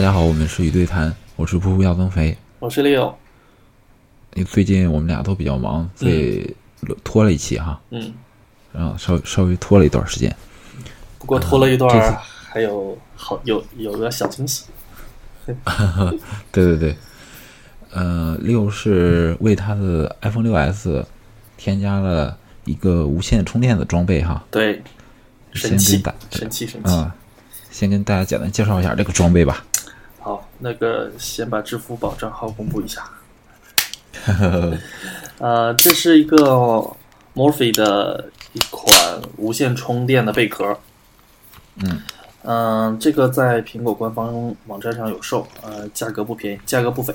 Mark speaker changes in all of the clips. Speaker 1: 家好，我们是与对谈，我是噗噗要增肥。
Speaker 2: 我是 Leo，
Speaker 1: 因为最近我们俩都比较忙，所以拖了一期哈，
Speaker 2: 嗯，
Speaker 1: 然后稍稍微拖了一段时间。
Speaker 2: 不过拖了一段
Speaker 1: 这次
Speaker 2: 儿，还有好有有个小惊喜，
Speaker 1: 对对对，呃，六是为它的 iPhone 六 S 添加了一个无线充电的装备哈，
Speaker 2: 对，神
Speaker 1: 先
Speaker 2: 器
Speaker 1: 跟大，
Speaker 2: 神器，神器。
Speaker 1: 嗯，先跟大家简单介绍一下这个装备吧。
Speaker 2: 好，那个先把支付宝账号公布一下。 呃，这是一个 Morphe 的一款无线充电的贝壳。
Speaker 1: 嗯
Speaker 2: 嗯、这个在苹果官方网站上有售，呃，价格不便宜，价格不菲。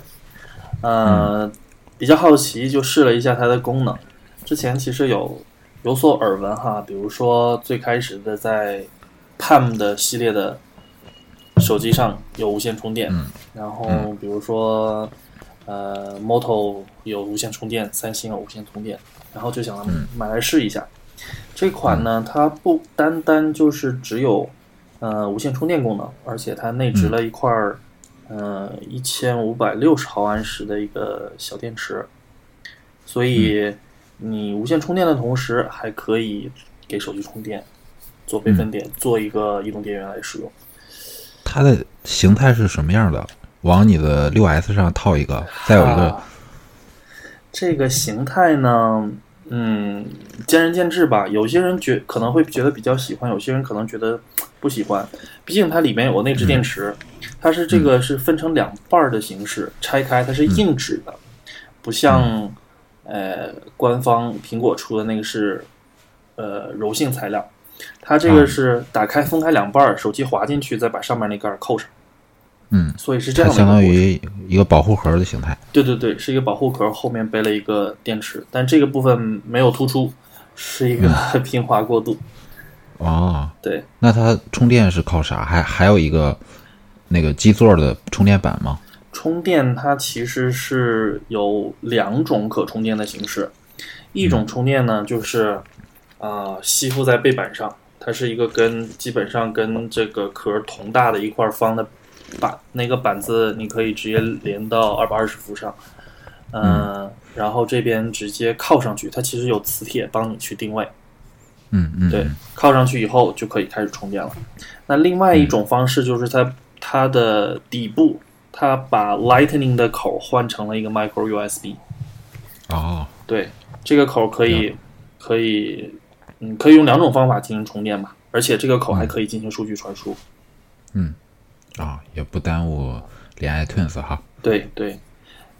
Speaker 2: 呃，比较好奇，就试了一下它的功能。之前其实有有所耳闻哈，比如说最开始的在 Palm 的系列的手机上有无线充电，
Speaker 1: 嗯
Speaker 2: 然后比如说呃 Moto 有无线充电，三星有无线充电，然后就想
Speaker 1: 嗯
Speaker 2: 买来试一下。这款呢，它不单单就是只有呃无线充电功能，而且它内
Speaker 1: 嗯
Speaker 2: 置了一块儿、呃一千五百六十毫安时的一个小电池，所
Speaker 1: 嗯
Speaker 2: 以你无线充电的同时，还可以给手机充电，做备
Speaker 1: 嗯
Speaker 2: 份点，做一个移动电源来使用。
Speaker 1: 它的形态是什么样的？往你的六 S 上套一个，再有一个，
Speaker 2: 啊这个形态呢，嗯，见仁见智吧。有些人觉可能会觉得比较喜欢，有些人可能觉得不喜欢。毕竟它里面有个内置
Speaker 1: 嗯
Speaker 2: 电池，它是这个是分成两半儿的形式拆开，它是
Speaker 1: 嗯
Speaker 2: 硬质的，不像呃官方苹果出的那个是呃柔性材料。它这个
Speaker 1: 嗯
Speaker 2: 是打开分开两半儿，手机滑进去，再把上面那盖儿扣上，
Speaker 1: 嗯，
Speaker 2: 所以是这
Speaker 1: 它
Speaker 2: 样的一个
Speaker 1: 相当
Speaker 2: 过程
Speaker 1: 于一个保护盒的形态。
Speaker 2: 对对对，是一个保护壳，后面背了一个电池，但这个部分没有突出，是一个 平滑过渡。
Speaker 1: 哦，
Speaker 2: 对，
Speaker 1: 那它充电是靠啥？还还有一个那个基座的充电板吗？
Speaker 2: 充电它其实是有两种可充电的形式，一种充电呢就是，呃，吸附在背板上，它是一个跟基本上跟这个壳同大的一块方的板，那个板子你可以直接连到二百二十伏上，嗯，然后这边直接靠上去，它其实有磁铁帮你去定位。
Speaker 1: 嗯嗯，
Speaker 2: 对，靠上去以后就可以开始充电了。那另外一种方式就是它它的底部，它把 Lightning 的口换成了一个 Micro USB。
Speaker 1: 哦，
Speaker 2: 对，这个口可以可以，嗯，可以用两种方法进行充电吧。而且这个口还可以进行数据传输。
Speaker 1: 啊、也不耽误连 iTunes 哈。
Speaker 2: 对对，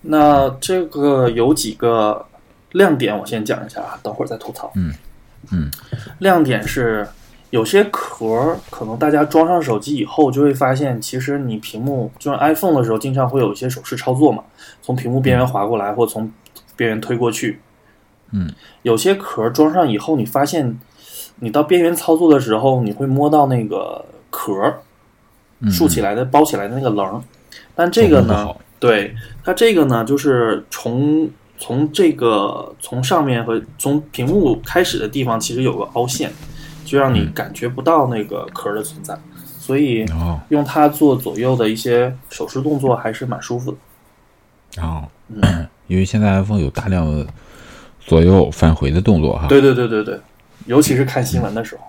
Speaker 2: 那这个有几个亮点，我先讲一下啊，等会儿再吐槽。
Speaker 1: 嗯嗯，
Speaker 2: 亮点是有些壳儿可能大家装上手机以后，就会发现，其实你屏幕就像 iPhone 的时候，经常会有一些手势操作嘛，从屏幕边缘滑过来，或从边缘推过去。
Speaker 1: 嗯，
Speaker 2: 有些壳儿装上以后，你发现你到边缘操作的时候，你会摸到那个壳儿
Speaker 1: 嗯
Speaker 2: 竖起来的、包起来的那个棱儿，但这个
Speaker 1: 功能不
Speaker 2: 呢
Speaker 1: 好，
Speaker 2: 对它这个呢，就是从从这个从上面和从屏幕开始的地方，其实有个凹陷，就让你感觉不到那个壳儿的存在，所以
Speaker 1: 哦
Speaker 2: 用它做左右的一些手势动作还是蛮舒服的。
Speaker 1: 哦，
Speaker 2: 嗯
Speaker 1: 因为现在 iPhone 有大量的左右返回的动作哈。
Speaker 2: 对对对对对，尤其是看新闻的时候，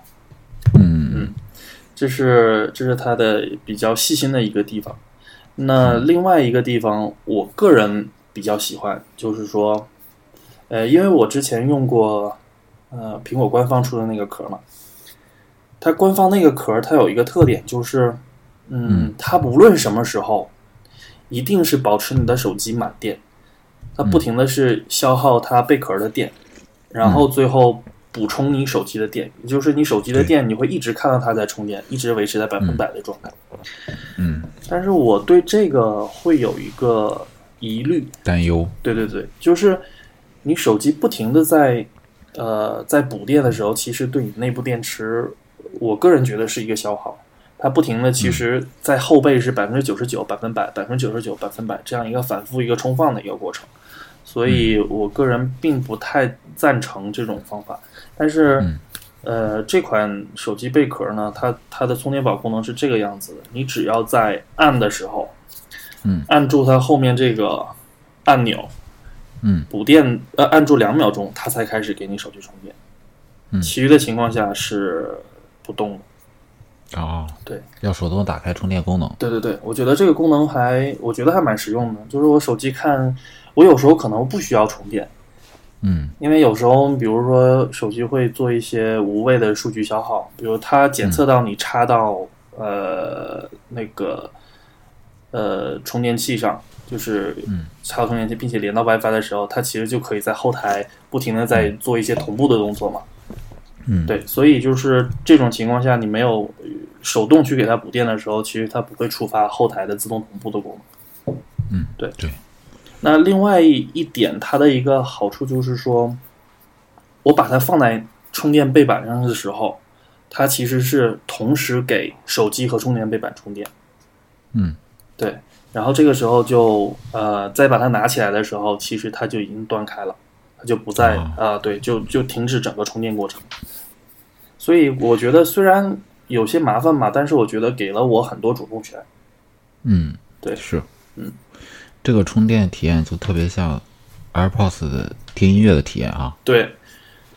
Speaker 1: 嗯，嗯
Speaker 2: 嗯这是这是它的比较细心的一个地方。那另外一个地方，我个人比较喜欢，就是说，呃，因为我之前用过，呃，苹果官方出的那个壳嘛，它官方那个壳它有一个特点，就是，嗯，它不论什么时候，一定是保持你的手机满电，它不停的是消耗它贝壳的电，然后最后补充你手机的电，也就是你手机的
Speaker 1: 嗯对
Speaker 2: 电，你会一直看到它在充电，一直维持在百分
Speaker 1: 嗯
Speaker 2: 百的状态。
Speaker 1: 嗯，
Speaker 2: 但是我对这个会有一个疑虑，
Speaker 1: 担忧。
Speaker 2: 对对对，就是你手机不停的在呃在补电的时候，其实对你内部电池，我个人觉得是一个消耗。它不停的，
Speaker 1: 嗯
Speaker 2: 其实在后背是百分之九十九、百分百、百分之九十九、百分百这样一个反复一个充放的一个过程，
Speaker 1: 嗯
Speaker 2: 所以我个人并不太赞成这种方法。但是
Speaker 1: 嗯
Speaker 2: 呃，这款手机贝壳呢，它它的充电宝功能是这个样子的，你只要在按的时候，
Speaker 1: 嗯，
Speaker 2: 按住它后面这个按钮，
Speaker 1: 嗯，
Speaker 2: 补电呃按住两秒钟，它才开始给你手机充电，
Speaker 1: 嗯
Speaker 2: 其余的情况下是不动的。
Speaker 1: 哦，
Speaker 2: 对，
Speaker 1: 要手动打开充电功能。
Speaker 2: 对对对，我觉得这个功能还我觉得还蛮实用的，就是我手机看，我有时候可能不需要充电，
Speaker 1: 嗯
Speaker 2: 因为有时候，比如说手机会做一些无谓的数据消耗，比如它检
Speaker 1: 嗯
Speaker 2: 测到你插到、呃那个呃充电器上，就是
Speaker 1: 嗯
Speaker 2: 插到充电器，并且连到 WiFi 的时候，它其实就可以在后台不停的在做一些同步的动作嘛。
Speaker 1: 嗯，，
Speaker 2: 对，所以就是这种情况下，你没有呃手动去给它补电的时候，其实它不会触发后台的自动同步的功能。
Speaker 1: 嗯
Speaker 2: 对
Speaker 1: 对，
Speaker 2: 那另外一点，它的一个好处就是说，我把它放在充电背板上的时候，它其实是同时给手机和充电背板充电。
Speaker 1: 嗯
Speaker 2: 对，然后这个时候就呃，再把它拿起来的时候，其实它就已经断开了，它就不再
Speaker 1: 哦
Speaker 2: 啊、呃对，就就停止整个充电过程。所以我觉得虽然有些麻烦吧，但是我觉得给了我很多主动权。
Speaker 1: 嗯，
Speaker 2: 对
Speaker 1: 是，
Speaker 2: 嗯，
Speaker 1: 这个充电体验就特别像 AirPods 的听音乐的体验啊，
Speaker 2: 对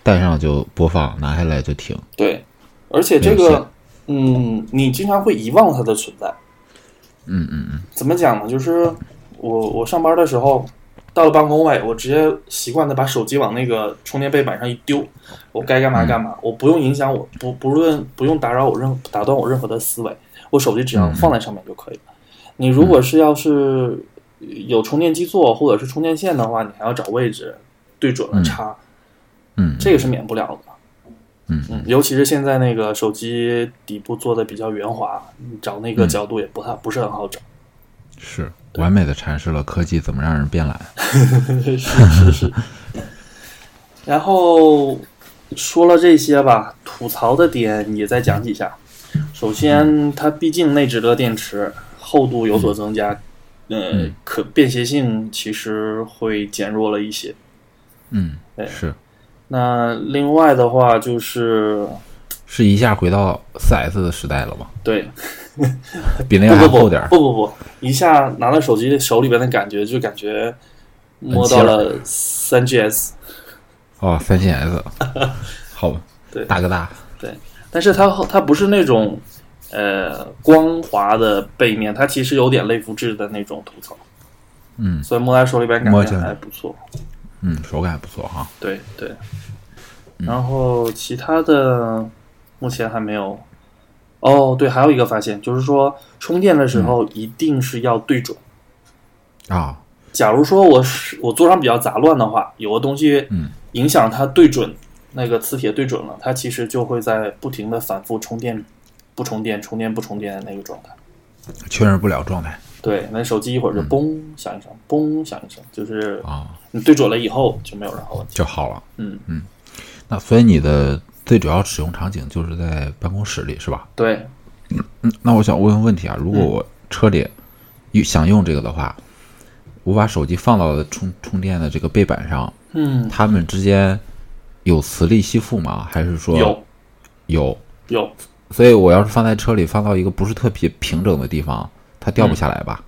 Speaker 1: 戴上就播放，拿下来就停。
Speaker 2: 对，而且这
Speaker 1: 没有线
Speaker 2: 个嗯，你经常会遗忘它的存在。
Speaker 1: 嗯嗯嗯，
Speaker 2: 怎么讲呢？就是我我上班的时候，到了办公位，我直接习惯的把手机往那个充电背板上一丢，我该干
Speaker 1: 嗯
Speaker 2: 嘛干嘛，我不用影响我不不论不用打扰我任打断我任何的思维，我手机
Speaker 1: 嗯
Speaker 2: 只要放在上面就可以了。你如果是要是有充电基座或者是充电线的话，你还要找位置对准了插，
Speaker 1: 嗯，
Speaker 2: 这个是免不了的。
Speaker 1: 嗯
Speaker 2: 嗯，尤其是现在那个手机底部做的比较圆滑，你找那
Speaker 1: 嗯
Speaker 2: 个角度也不太不是很好找。
Speaker 1: 是完美的阐释了科技怎么让人变懒。
Speaker 2: 是是是。 然后说了这些吧，吐槽的点也再讲几下。首先，
Speaker 1: 嗯
Speaker 2: 它毕竟内置的电池厚度有所增加，呃
Speaker 1: 嗯，
Speaker 2: 可便携性其实会减弱了一些。
Speaker 1: 嗯，
Speaker 2: 对
Speaker 1: 是
Speaker 2: 那另外的话就是，
Speaker 1: 是一下回到4 S 的时代了吧？
Speaker 2: 对，
Speaker 1: 比那
Speaker 2: 不
Speaker 1: 个还
Speaker 2: 不
Speaker 1: 厚
Speaker 2: 不
Speaker 1: 点儿。
Speaker 2: 不不不，一下拿到手机的手里边的感觉，就感觉摸到了三 GS。
Speaker 1: 哦，三线 S，好吧，
Speaker 2: 对
Speaker 1: 大哥大，
Speaker 2: 但是它它不是那种呃光滑的背面，它其实有点类肤质的那种涂层，
Speaker 1: 嗯
Speaker 2: 所以摸在手里边感
Speaker 1: 摸起
Speaker 2: 觉
Speaker 1: 来
Speaker 2: 还不错。
Speaker 1: 嗯，手感不错哈。
Speaker 2: 对对，
Speaker 1: 嗯
Speaker 2: 然后其他的目前还没有。哦，对，还有一个发现就是说，充电的时
Speaker 1: 嗯
Speaker 2: 候一定是要对准。
Speaker 1: 啊、
Speaker 2: 假如说我是我桌上比较杂乱的话，有个东西
Speaker 1: 嗯
Speaker 2: 影响它对准那个磁铁对准了，它其实就会在不停的反复充电，不充电，充电不充电的那个状态。
Speaker 1: 确认不了状态
Speaker 2: 对，那手机一会儿就嘣响一声，嘣响一声，就是
Speaker 1: 啊、
Speaker 2: 你对准了以后就没有任何问题。
Speaker 1: 就好了。
Speaker 2: 嗯，
Speaker 1: 那所以你的最主要使用场景就是在办公室里是吧？
Speaker 2: 对，
Speaker 1: 嗯，那我想问个问题啊，如果我车
Speaker 2: 嗯
Speaker 1: 里有想用这个的话，我把手机放到充充电的这个背板上，
Speaker 2: 嗯，
Speaker 1: 它们之间有磁力吸附吗？还是说
Speaker 2: 有
Speaker 1: 有
Speaker 2: 有，
Speaker 1: 所以我要是放在车里，放到一个不是特别平整的地方，它掉不下来吧？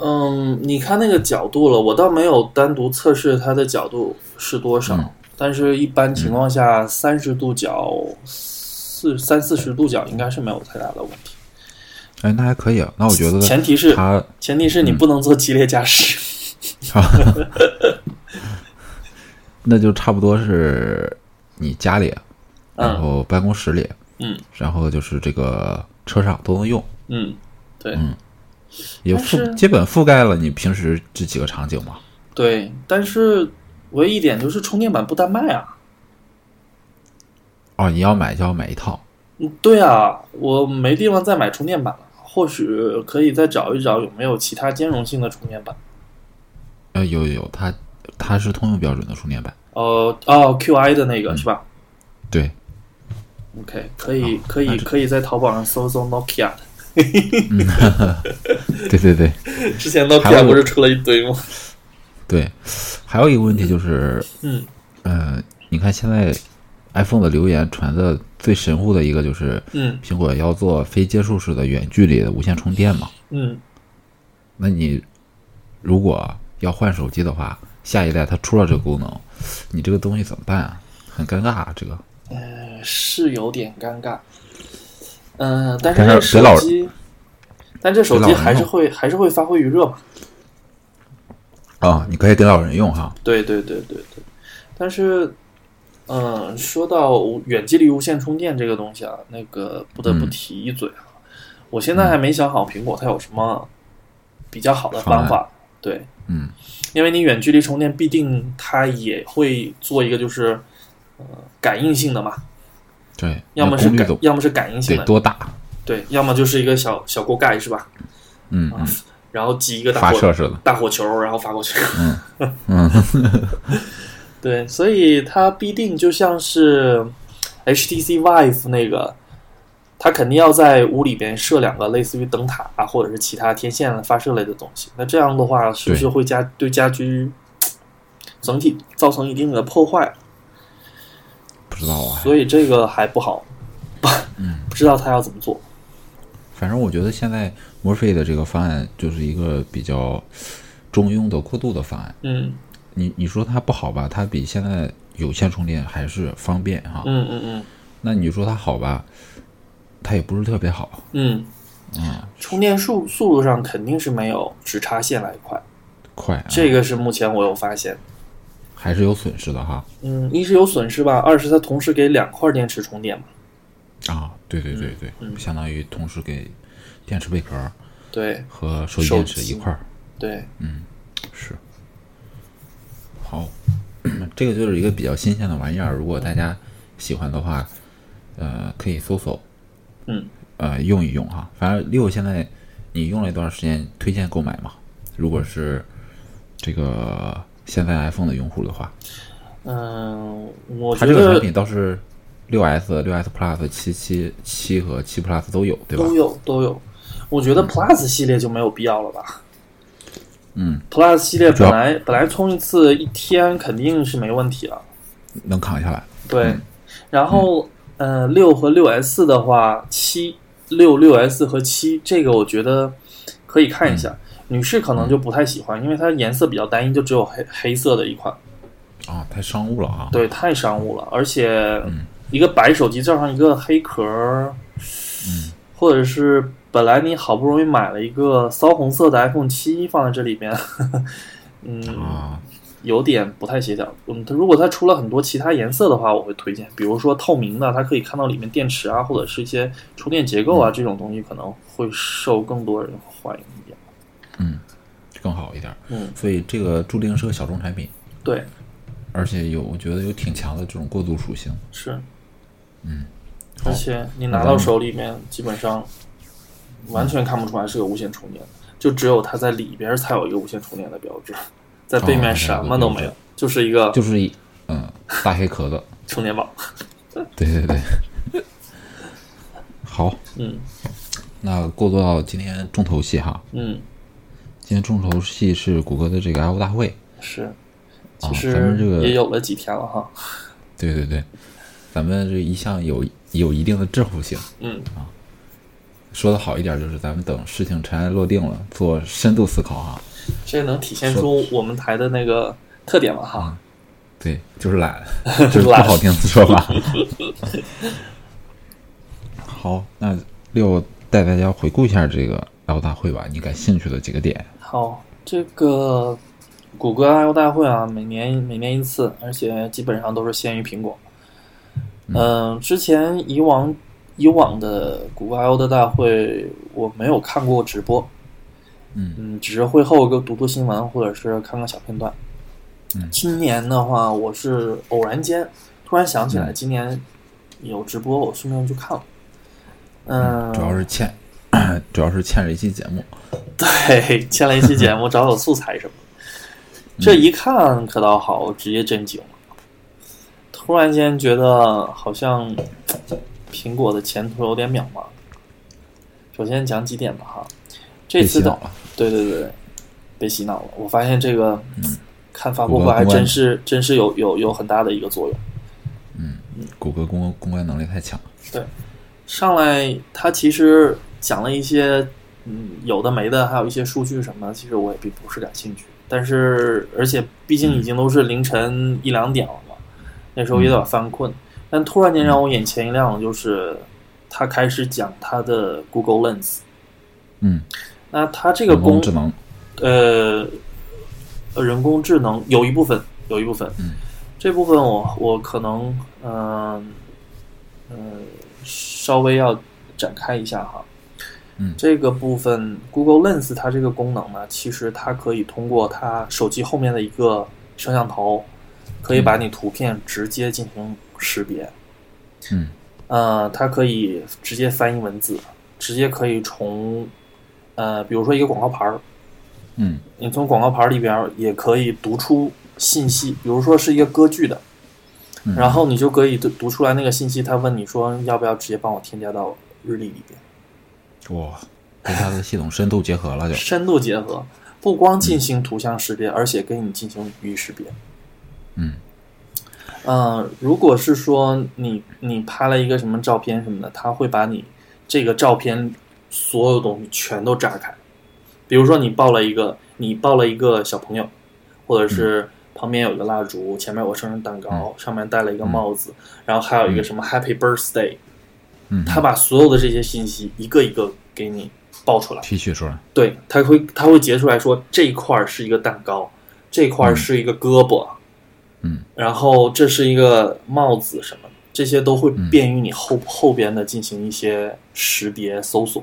Speaker 2: 嗯，你看那个角度了，我倒没有单独测试它的角度是多
Speaker 1: 嗯
Speaker 2: 少，但是一般情况下，三十度角、四三四十度角应该是没有太大的问题。
Speaker 1: 哎，那还可以啊。那我觉得
Speaker 2: 前提是
Speaker 1: 它
Speaker 2: 前提
Speaker 1: 嗯
Speaker 2: 是你不能做激烈驾驶。
Speaker 1: 那就差不多是你家里，然后办公室里，
Speaker 2: 嗯，
Speaker 1: 然后就是这个车上都能用，
Speaker 2: 嗯，对。
Speaker 1: 也
Speaker 2: 但是
Speaker 1: 覆基本覆盖了你平时这几个场景嘛。
Speaker 2: 对，但是唯一一点就是充电板不单卖啊。
Speaker 1: 哦，你要买就要买一套，
Speaker 2: 嗯，对啊，我没地方再买充电板了，或许可以再找一找有没有其他兼容性的充电板。
Speaker 1: 呃，有有有，它它是通用标准的充 电板，
Speaker 2: 哦哦，QI 的那个是吧
Speaker 1: 嗯对，
Speaker 2: ？OK，可以
Speaker 1: 啊
Speaker 2: 可以
Speaker 1: 那这
Speaker 2: 可以在淘宝上搜搜 Nokia 的。
Speaker 1: 对对对
Speaker 2: 之前
Speaker 1: 还有
Speaker 2: Nokia 不是出了一堆吗？
Speaker 1: 对。还有一个问题就是，
Speaker 2: 嗯
Speaker 1: 呃，你看现在 iPhone 的留言传的最神乎的一个就是，
Speaker 2: 嗯
Speaker 1: 苹果要做非接触式的远距离的无线充电嘛。
Speaker 2: 嗯
Speaker 1: 那你如果要换手机的话，下一代它出了这个功能，你这个东西怎么办啊？很尴尬啊，这个。
Speaker 2: 是有点尴尬。嗯、但是
Speaker 1: 但是
Speaker 2: 这
Speaker 1: 别老
Speaker 2: 手机，但这手
Speaker 1: 别老
Speaker 2: 机
Speaker 1: 人
Speaker 2: 还是
Speaker 1: 用
Speaker 2: 会还是会发挥余热嘛。
Speaker 1: 啊、你可以给老人用哈。
Speaker 2: 对对对对对，但是，嗯，说到无远距离无线充电这个东西啊，那个不得不
Speaker 1: 嗯
Speaker 2: 提一嘴啊，我现在还没想好苹果它有什么比较好的方
Speaker 1: 方
Speaker 2: 法。对，
Speaker 1: 嗯，
Speaker 2: 因为你远距离充电，必定它也会做一个就是，呃，感应性的嘛，
Speaker 1: 对，
Speaker 2: 要么
Speaker 1: 那嗯
Speaker 2: 是
Speaker 1: 功率
Speaker 2: 感
Speaker 1: 总，
Speaker 2: 要么是感应性
Speaker 1: 得
Speaker 2: 的，
Speaker 1: 多大？
Speaker 2: 对，要么就是一个小小锅盖是吧？啊
Speaker 1: 嗯嗯，
Speaker 2: 然后集一个大
Speaker 1: 发射
Speaker 2: 火
Speaker 1: 似的。
Speaker 2: 大火球，然后发过去。
Speaker 1: 嗯，
Speaker 2: 对，所以它必定就像是 HTC Vive 那个，它肯定要在屋里边设两个类似于灯塔啊或者是其他天线发射类的东西。那这样的话，是不是
Speaker 1: 对
Speaker 2: 会家对家居整体造成一定的破坏？
Speaker 1: 不知道啊。
Speaker 2: 所以这个还不好， 不不知道它要怎么做。
Speaker 1: 反正我觉得现在墨菲的这个方案就是一个比较中庸的过渡的方案。
Speaker 2: 嗯
Speaker 1: 你你说它不好吧，它比现在有线充电还是方便哈。
Speaker 2: 嗯嗯嗯
Speaker 1: 那你说它好吧，它也不是特别好。
Speaker 2: 嗯，
Speaker 1: 嗯，
Speaker 2: 充电速速度上肯定是没有直插线来快，
Speaker 1: 快、啊，
Speaker 2: 这个是目前我有发现。
Speaker 1: 还是有损失的哈。
Speaker 2: 嗯，一是有损失吧，二是它同时给两块电池充电嘛。
Speaker 1: 啊，对对对对，
Speaker 2: 嗯
Speaker 1: 相当于同时给电池贝壳儿
Speaker 2: 对
Speaker 1: 和手机
Speaker 2: 手
Speaker 1: 电池一
Speaker 2: 机
Speaker 1: 块儿。
Speaker 2: 对，
Speaker 1: 是。好，这个就是一个比较新鲜的玩意儿，如果大家喜欢的话，呃，可以搜搜，
Speaker 2: 嗯，
Speaker 1: 呃，用一用哈。反正六现在你用了一段时间，推荐购买嘛。如果是这个现在 iPhone 的用户的话，
Speaker 2: 嗯，我
Speaker 1: 它
Speaker 2: 觉
Speaker 1: 这个产
Speaker 2: 得
Speaker 1: 品倒是六 S、六 S Plus、七七七和七 Plus 都有，对吧
Speaker 2: 都？有都有。我觉得 Plus 系列就没有必要了吧
Speaker 1: 嗯，
Speaker 2: ？Plus 系列
Speaker 1: 主
Speaker 2: 本
Speaker 1: 要
Speaker 2: 来本来充一次一天肯定是没问题了，
Speaker 1: 能扛下来。
Speaker 2: 对。然后，呃，六和六 S 的话，七六六 S 和七这个我觉得可以看一下。女士可能就不太喜欢，因为它颜色比较单一，就只有黑黑色的一款，
Speaker 1: 啊，太商务了啊！
Speaker 2: 对，太商务了。而且一个白手机罩上一个黑壳儿，
Speaker 1: 嗯，
Speaker 2: 或者是本来你好不容易买了一个骚红色的 iPhone 七放在这里面， 呵呵嗯，
Speaker 1: 啊，
Speaker 2: 有点不太协调。嗯，它如果它出了很多其他颜色的话，我会推荐，比如说透明的，它可以看到里面电池啊，或者是一些充电结构啊、这种东西，可能会受更多人欢迎一点。
Speaker 1: 更好一点儿。
Speaker 2: 嗯，
Speaker 1: 所以这个注定是个小众产品，
Speaker 2: 对，
Speaker 1: 而且有我觉得有挺强的这种过渡属性。
Speaker 2: 是，
Speaker 1: 嗯，
Speaker 2: 而且你
Speaker 1: 那
Speaker 2: 拿
Speaker 1: 咱
Speaker 2: 到
Speaker 1: 们
Speaker 2: 手里面，基本上完全看不出来是个无线充电的，就只有它在里边才有一个无线充电的标志，在背
Speaker 1: 哦它
Speaker 2: 面
Speaker 1: 是有
Speaker 2: 什
Speaker 1: 个
Speaker 2: 么都
Speaker 1: 标
Speaker 2: 没有
Speaker 1: 志，
Speaker 2: 就是一个
Speaker 1: 就是一嗯大黑壳子，
Speaker 2: 充电宝。
Speaker 1: 对对对。好，
Speaker 2: 嗯
Speaker 1: 那过渡到今天重头戏哈，
Speaker 2: 嗯，
Speaker 1: 今天重头戏是谷歌的这个 I/O 大会。
Speaker 2: 是，
Speaker 1: 啊
Speaker 2: 其
Speaker 1: 咱
Speaker 2: 实
Speaker 1: 们这个
Speaker 2: 也有了几天了哈。
Speaker 1: 对对对，咱们这一向有有一定的滞后性，
Speaker 2: 嗯，
Speaker 1: 说的好一点就是咱们等事情尘埃落定了，做深度思考哈。
Speaker 2: 这能体现出我们台的那个特点了
Speaker 1: 嗯
Speaker 2: 哈。
Speaker 1: 对，就是 懒，就是不
Speaker 2: 懒
Speaker 1: 好听的说法。 好，那六带大家回顾一下这个爱国大会吧，你感兴趣的几个点。
Speaker 2: 好，这个谷歌 I/O 大会啊，每年每年一次，而且基本上都是先于苹果。嗯、之前以往以往的谷歌 I/O 的大会，我没有看过直播，
Speaker 1: 嗯
Speaker 2: 只是会后就读读新闻，或者是看看小片段。
Speaker 1: 嗯
Speaker 2: 今年的话，我是偶然间突然想起来，
Speaker 1: 嗯
Speaker 2: 今年有直播，我顺便去看了。嗯，
Speaker 1: 主要是欠， 主要是欠着一期节目。
Speaker 2: 对， 签了一期节目，找找素材什么的。这一看可倒好，直接震惊了。突然间觉得好像苹果的前途有点渺茫。首先讲几点吧哈，这
Speaker 1: 被
Speaker 2: 次
Speaker 1: 洗
Speaker 2: 的
Speaker 1: 脑了，
Speaker 2: 对对对，被洗脑了。我发现这个、看发布
Speaker 1: 谷
Speaker 2: 会
Speaker 1: 歌
Speaker 2: 还
Speaker 1: 嗯公关
Speaker 2: 真是真是有有有很大的一个作用。
Speaker 1: 嗯谷歌公公关能力太强。
Speaker 2: 上来他其实讲了一些嗯有的没的，还有一些数据什么的，其实我也并不是感兴趣。但是而且毕竟已经都是凌晨一两点了嘛，那时候有点犯困。但突然间让我眼前一亮，就是他开始讲他的 Google Lens。
Speaker 1: 嗯，
Speaker 2: 那它这个
Speaker 1: 人工
Speaker 2: 功
Speaker 1: 智能，
Speaker 2: 呃，呃人工智能有一部分，有一部分，
Speaker 1: 嗯
Speaker 2: 这部分我我可能嗯呃稍微要展开一下哈。
Speaker 1: 嗯
Speaker 2: 这个部分 Google Lens 它这个功能呢，其实它可以通过它手机后面的一个摄像头，可以把你图片直接进行识别。
Speaker 1: 嗯
Speaker 2: 呃，它可以直接翻译文字，直接可以从呃，比如说一个广告牌儿，
Speaker 1: 嗯
Speaker 2: 你从广告牌里边儿也可以读出信息，比如说是一个歌剧的，
Speaker 1: 嗯
Speaker 2: 然后你就可以读读出来那个信息。他问你说要不要直接帮我添加到日历里边，
Speaker 1: 哇，跟它的系统深度结合了就，
Speaker 2: 深度结合，不光进行图像识别，而且给你进行语义识别。
Speaker 1: 嗯
Speaker 2: 嗯，如果是说你你拍了一个什么照片什么的，它会把你这个照片所有东西全都炸开。比如说你抱了一个你抱了一个小朋友，或者是
Speaker 1: 嗯
Speaker 2: 旁边有个蜡烛，前面有个生日蛋糕，上面戴了一个帽子，然后还有一个什么 Happy Birthday，
Speaker 1: 嗯，
Speaker 2: 它把所有的这些信息一个一个给你爆出来。
Speaker 1: 提取出来，
Speaker 2: 对，它会它会截出来说这一块儿是一个蛋糕，这块儿是一个胳膊，
Speaker 1: 嗯
Speaker 2: 然后这是一个帽子什么，这些都会
Speaker 1: 嗯
Speaker 2: 便于你后、后边的进行一些识别搜索。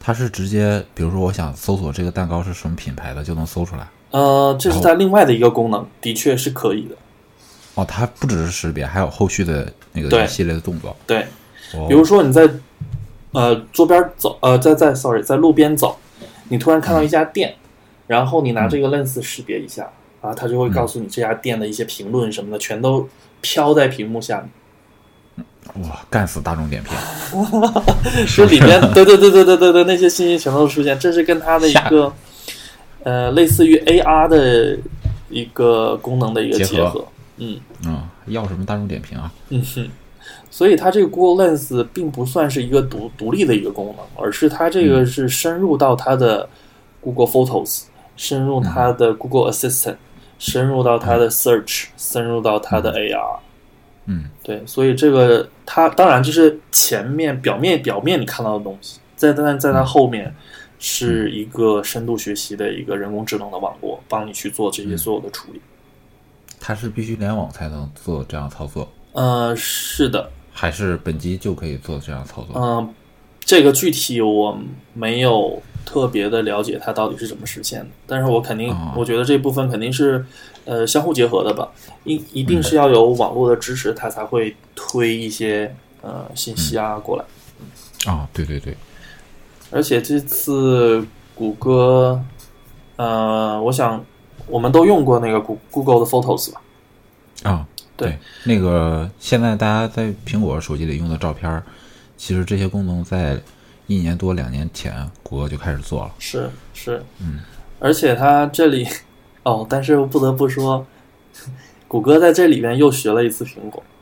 Speaker 1: 它是直接，比如说我想搜索这个蛋糕是什么品牌的，就能搜出来。
Speaker 2: 呃，这是它另外的一个功能，的确是可以的。
Speaker 1: 哦，它不只是识别，还有后续的那个
Speaker 2: 对
Speaker 1: 一系列的动作。
Speaker 2: 对，
Speaker 1: 哦
Speaker 2: 比如说你在呃桌边走，呃在在 sorry 在路边走，你突然看到
Speaker 1: 嗯
Speaker 2: 一家店，然后你拿这个 lens 识别一下啊，它
Speaker 1: 嗯
Speaker 2: 就会告诉你这家店的一些评论什么的，全都飘在屏幕下面。
Speaker 1: 哇，干死大众点评，
Speaker 2: 这里面，对对对对对对对，那些信息全都出现，这是跟它的一
Speaker 1: 吓
Speaker 2: 个呃类似于 AR 的一个功能的一个
Speaker 1: 结
Speaker 2: 结
Speaker 1: 合
Speaker 2: 合，嗯
Speaker 1: 嗯，要什么大众点评啊？
Speaker 2: 嗯哼。所以它这个 Google Lens 并不算是一个独独立的一个功能，而是它这
Speaker 1: 嗯
Speaker 2: 个是深入到它的 Google Photos，深入它
Speaker 1: 嗯
Speaker 2: 的 Google Assistant，深入到它的 Search，深入到它的 AR。
Speaker 1: 嗯
Speaker 2: 对，所以这个它当然这是前面表面表面你看到的东西，在但在它后面是一个深度学习的一个人工智能的网络，帮你去做这些所有的处理。
Speaker 1: 它是必须联网才能做这样操作，
Speaker 2: 呃，是的，
Speaker 1: 还是本机就可以做这样操作？
Speaker 2: 嗯、这个具体我没有特别的了解它到底是怎么实现的，但是我肯定
Speaker 1: 哦，
Speaker 2: 我觉得这部分肯定是呃相互结合的吧，一一定是要有网络的支持，它才会推一些呃信息啊过来。嗯
Speaker 1: 啊，对对对，
Speaker 2: 而且这次谷歌，呃，我想我们都用过那个谷 Google 的 Photos 吧？
Speaker 1: 啊，
Speaker 2: 对
Speaker 1: 对，那个现在大家在苹果手机里用的照片儿，其实这些功能在一年多两年前，谷歌就开始做了。
Speaker 2: 是是，
Speaker 1: 嗯，
Speaker 2: 而且它这里，哦，但是不得不说，谷歌在这里边又学了一次苹果，
Speaker 1: 嗯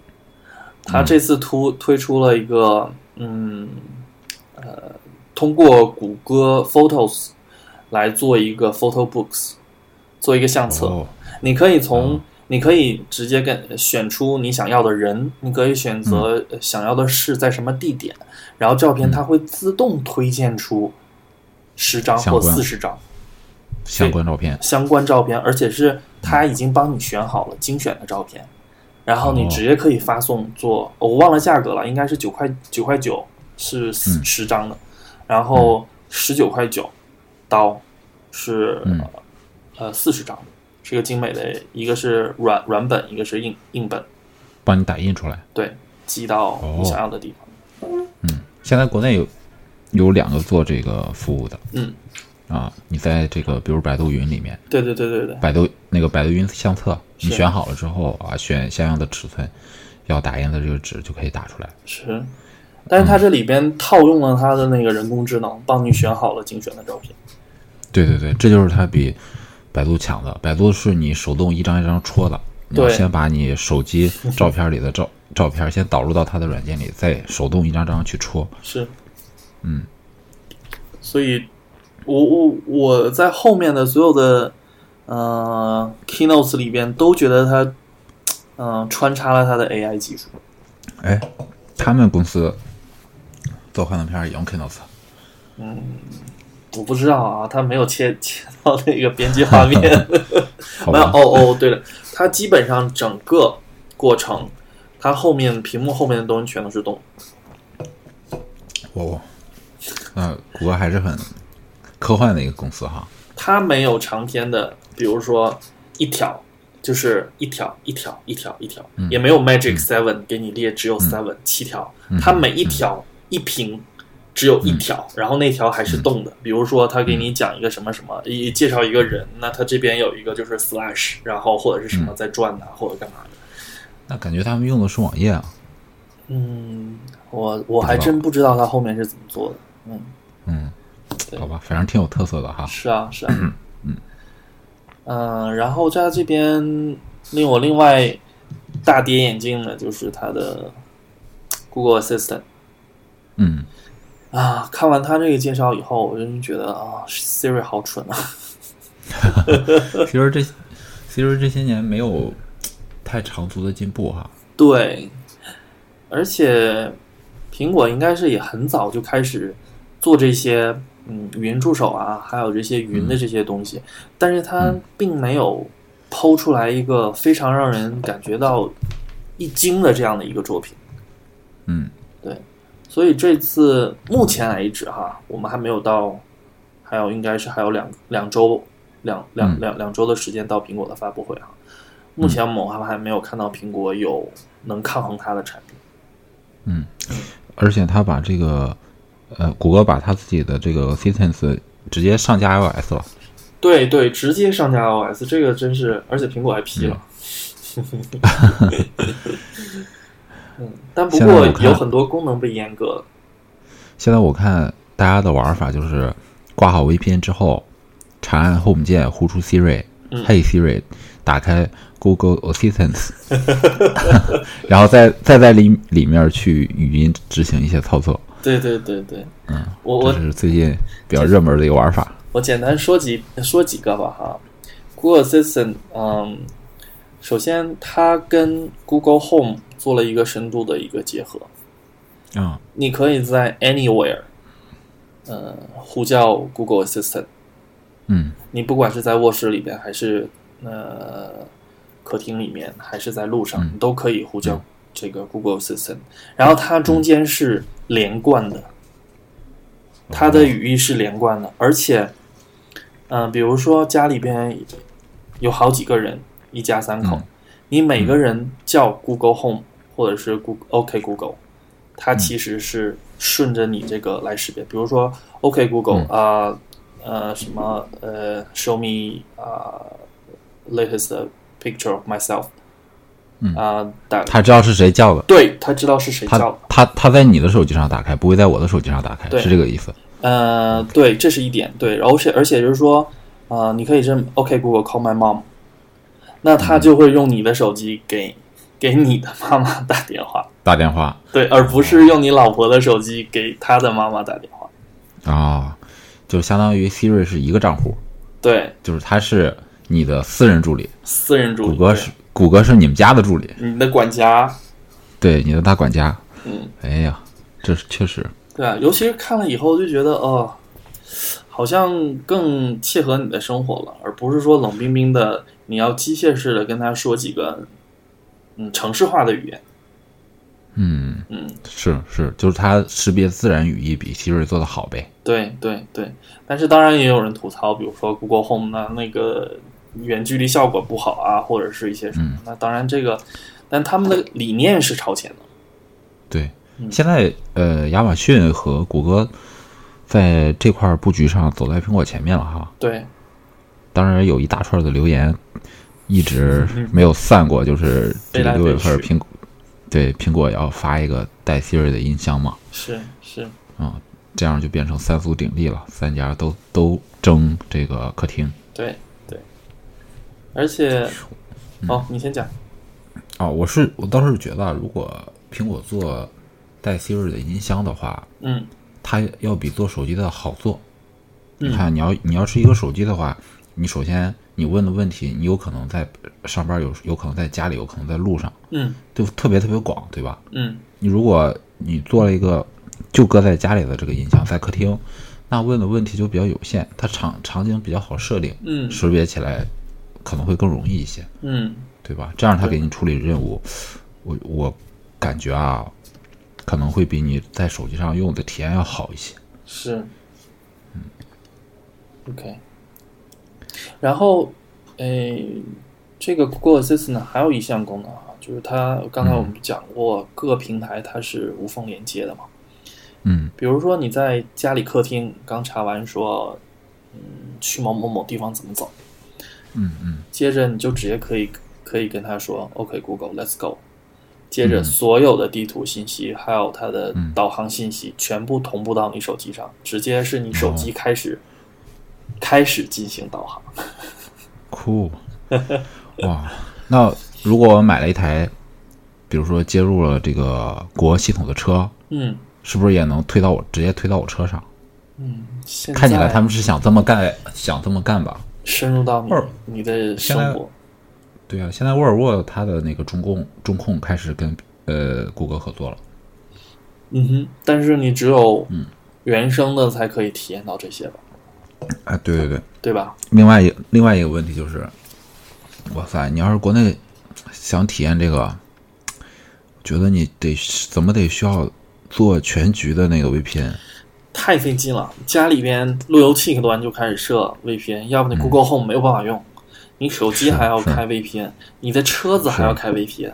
Speaker 2: 它这次突推出了一个，嗯，呃，通过谷歌 Photos 来做一个 Photo Books，做一个相册。
Speaker 1: 哦，
Speaker 2: 你可以从、你可以直接跟选出你想要的人，你可以选择
Speaker 1: 嗯
Speaker 2: 呃想要的事在什么地点，然后照片它会自动推荐出十张
Speaker 1: 相
Speaker 2: 或
Speaker 1: 关
Speaker 2: 四十张
Speaker 1: 相关照片，
Speaker 2: 相关照片，而且是它已经帮你选好了精选的照片，然后你
Speaker 1: 哦
Speaker 2: 直接可以发送做，哦我忘了价格了，应该是九块九块九是
Speaker 1: 嗯
Speaker 2: 十张的，然后十九块九刀是、
Speaker 1: 嗯
Speaker 2: 呃四十张的，是一个精美的，一个是软软本，一个是硬硬本，
Speaker 1: 帮你打印出来。
Speaker 2: 对，寄到
Speaker 1: 哦
Speaker 2: 你想要的地方。
Speaker 1: 嗯，现在国内有有两个做这个服务的
Speaker 2: 嗯，
Speaker 1: 啊，你在这个比如百度云里面，
Speaker 2: 对对对对对，
Speaker 1: 百度那个百度云相册，你
Speaker 2: 是
Speaker 1: 选好了之后啊，选相应的尺寸，要打印的这个纸就可以打出来。
Speaker 2: 是。但是它这里边套用了它的那个人工智能，帮你选好了精选的照片。
Speaker 1: 对对对，这就是它比百度强的。百度是你手动一张一张戳的，你要
Speaker 2: 对
Speaker 1: 先把你手 机照片里的照照片先导入到它的软件里，再手动一张张去戳。
Speaker 2: 是，
Speaker 1: 嗯，
Speaker 2: 所以我我我在后面的所有的呃 keynotes 里边都觉得它嗯、呃穿插了它的 AI 技术，
Speaker 1: 哎，他们公司做幻灯片儿也用 Keynote，
Speaker 2: 我不知道啊，它没有切切到那个编辑画面。
Speaker 1: 好
Speaker 2: 没有
Speaker 1: 吧？
Speaker 2: 哦哦，对了，它基本上整个过程，它后面屏幕后面的东西全都是动，
Speaker 1: 我我，那谷歌还是很科幻的一个公司哈。
Speaker 2: 它没有长篇的，比如说一条，就是一条一条一条一条，也没有 Magic Seven 给你列只有 seven 七条，它每一条一屏。只有一条，然后那条还是动的。比如说，他给你讲一个什么什么，一介绍一个人，那他这边有一个就是 slash，然后或者是什么在转呐、或者干嘛的。
Speaker 1: 那感觉他们用的是网页啊。
Speaker 2: 嗯，我我还真不知道他后面是怎么做的。嗯，
Speaker 1: 嗯，
Speaker 2: 对
Speaker 1: 好吧，反正挺有特色的哈。
Speaker 2: 是啊，是啊。嗯然后在这边令我另外大跌眼镜的就是它的 Google Assistant
Speaker 1: 嗯，
Speaker 2: 啊，看完它这个介绍以后，我真觉得啊，Siri 好蠢啊。
Speaker 1: 其实这其实这些年没有太长足的进步哈。
Speaker 2: 对，而且苹果应该是也很早就开始做这些，嗯，语音助手啊，还有这些云的这些东西，但是它并没有抛出来一个非常让人感觉到一惊的这样的一个作品。
Speaker 1: 嗯，
Speaker 2: 所以这次目前为止哈，我们还没有到，还有应该是还有两两周两两
Speaker 1: 嗯
Speaker 2: 两两周的时间到苹果的发布会哈。目前我们还没有看到苹果有能抗衡它的产品。
Speaker 1: 而且他把这个呃，谷歌把他自己的这个 Assistant 直接上架 iOS 了。
Speaker 2: 对对，直接上架 iOS，这个真是，而且苹果还批了。 嗯，但不
Speaker 1: 现在
Speaker 2: 过
Speaker 1: 我看
Speaker 2: 有很多功能被阉割了。
Speaker 1: 现在我看大家的玩法就是挂好 VPN 之后，长按 Home 键呼出 Siri，Hey、
Speaker 2: 嗯
Speaker 1: Siri，打开 Google Assistant，然后再再在里里面去语音执行一些操作。
Speaker 2: 对对对对，
Speaker 1: 嗯，
Speaker 2: 我我
Speaker 1: 这是最近比较热门的一个玩法。
Speaker 2: 我简单说几说几个吧哈。Google Assistant，嗯，首先它跟 Google Home 做了一个深度的一个结合，
Speaker 1: 啊、
Speaker 2: 你可以在 Anywhere，呃，呼叫 Google Assistant，
Speaker 1: 嗯，
Speaker 2: 你不管是在卧室里边，还是呃客厅里面，还是在路
Speaker 1: 嗯
Speaker 2: 上，你都可以呼叫这个 Google Assistant。然后它中
Speaker 1: 嗯
Speaker 2: 间是连贯的，它
Speaker 1: 哦
Speaker 2: 的语义是连贯的，而且，嗯、比如说家里边有好几个人，一家三口，
Speaker 1: 嗯
Speaker 2: 你每个人叫 Google Home 或者是 Google OK Google，它
Speaker 1: 嗯
Speaker 2: 其实是顺着你这个来识别。比如说 OK
Speaker 1: 嗯
Speaker 2: Google 啊、呃什么呃 Show me 啊、latest picture of myself，
Speaker 1: 嗯
Speaker 2: 啊、打
Speaker 1: 他知道是谁叫的，
Speaker 2: 对他知道是谁叫
Speaker 1: 他
Speaker 2: 的，
Speaker 1: 他他在你的手机上打开，不会在我的手机上打开，
Speaker 2: 对
Speaker 1: 是这个意思。
Speaker 2: 呃对，这是一点对，而且而且就是说呃你可以这么 OK Google call my mom，那
Speaker 1: 嗯
Speaker 2: 他就会用你的手机给给你的妈妈打电话。
Speaker 1: 打电话
Speaker 2: 对，而不是用你老婆的手机给她的妈妈打电话。
Speaker 1: 啊、就相当于 Siri 是一个账户，
Speaker 2: 对，
Speaker 1: 就是他是你的私人助理，
Speaker 2: 私人助理，
Speaker 1: 谷歌是谷歌是你们家的助理，
Speaker 2: 对你的管家。
Speaker 1: 对，你的大管家。
Speaker 2: 嗯，
Speaker 1: 哎呀，这是确实，
Speaker 2: 对啊，尤其是看了以后就觉得，哦，好像更切合你的生活了，而不是说冷冰冰的，你要机械式的跟他说几个，嗯，城市化的语言。
Speaker 1: 嗯，
Speaker 2: 嗯，
Speaker 1: 是是，就是它识别自然语义比 Siri 做的好呗。
Speaker 2: 对对对。但是当然也有人吐槽，比如说 Google Home 呢，那个远距离效果不好啊，或者是一些什么。
Speaker 1: 嗯
Speaker 2: 那当然这个，但他们的理念是超前的。
Speaker 1: 对，
Speaker 2: 嗯
Speaker 1: 现在呃，亚马逊和谷歌在这块布局上走在苹果前面了哈。
Speaker 2: 对，
Speaker 1: 当然有一大串的留言一直没有散过，就是这个六月份
Speaker 2: 被拉被
Speaker 1: 苹果对苹果要发一个带 Siri 的音箱嘛，
Speaker 2: 是是，
Speaker 1: 啊、这样就变成三足鼎立了，三家都都争这个客厅。
Speaker 2: 对对，而且，哦，你先讲，
Speaker 1: 啊，我是我倒是觉得啊，如果苹果做带 Siri 的音箱的话，
Speaker 2: 嗯
Speaker 1: 它要比做手机的好做。
Speaker 2: 嗯
Speaker 1: 你看，你要你要是一个手机的话，你首先你问的问题，你有可能在上班有有可能在家里，有可能在路上，
Speaker 2: 嗯
Speaker 1: 就特别特别广，对吧？
Speaker 2: 嗯
Speaker 1: 你如果你做了一个就搁在家里的这个音箱，在客厅，那问的问题就比较有限，它场场景比较好设定，
Speaker 2: 嗯
Speaker 1: 识别起来可能会更容易一些，
Speaker 2: 嗯
Speaker 1: 对吧？这样它给你处理任务，我我感觉啊，可能会比你在手机上用的体验要好一些。
Speaker 2: 是。OK，然后，诶，这个 Google Assistant 呢还有一项功能啊，就是它刚才我们讲过，各平台它是无缝连接的嘛。
Speaker 1: 嗯
Speaker 2: 比如说你在家里客厅刚查完说，嗯，去某某某地方怎么走，
Speaker 1: 嗯嗯
Speaker 2: 接着你就直接可以可以跟他说，OK Google，Let's go。接着
Speaker 1: 嗯
Speaker 2: 所有的地图信息还有它的
Speaker 1: 嗯
Speaker 2: 导航信息全部同步到你手机上，直接是你手机开始、开始进行导航。
Speaker 1: ，cool，哇，那如果我买了一台，比如说接入了这个国系统的车，
Speaker 2: 嗯
Speaker 1: 是不是也能推到我直接推到我车上？
Speaker 2: 嗯，现在
Speaker 1: 看起来他们是想这么干，想这么干吧？
Speaker 2: 深入到你
Speaker 1: 或者
Speaker 2: 你的
Speaker 1: 现
Speaker 2: 生
Speaker 1: 在
Speaker 2: 活。
Speaker 1: 对啊，现在沃尔沃它的那个中控中控开始跟呃谷歌合作了。
Speaker 2: 嗯哼，但是你只有
Speaker 1: 嗯
Speaker 2: 原生的才可以体验到这些吧，
Speaker 1: 啊，对对对。
Speaker 2: 对吧？
Speaker 1: 另外一另外一个问题就是，哇塞，你要是国内想体验这个，觉得你得怎么得需要做全局的那个 VPN。
Speaker 2: 太费劲了，家里边路由器端就开始设 VPN，要
Speaker 1: 嗯
Speaker 2: 不你 Google Home 没有办法用，你手机还要开 VPN，你的车子还要开 VPN。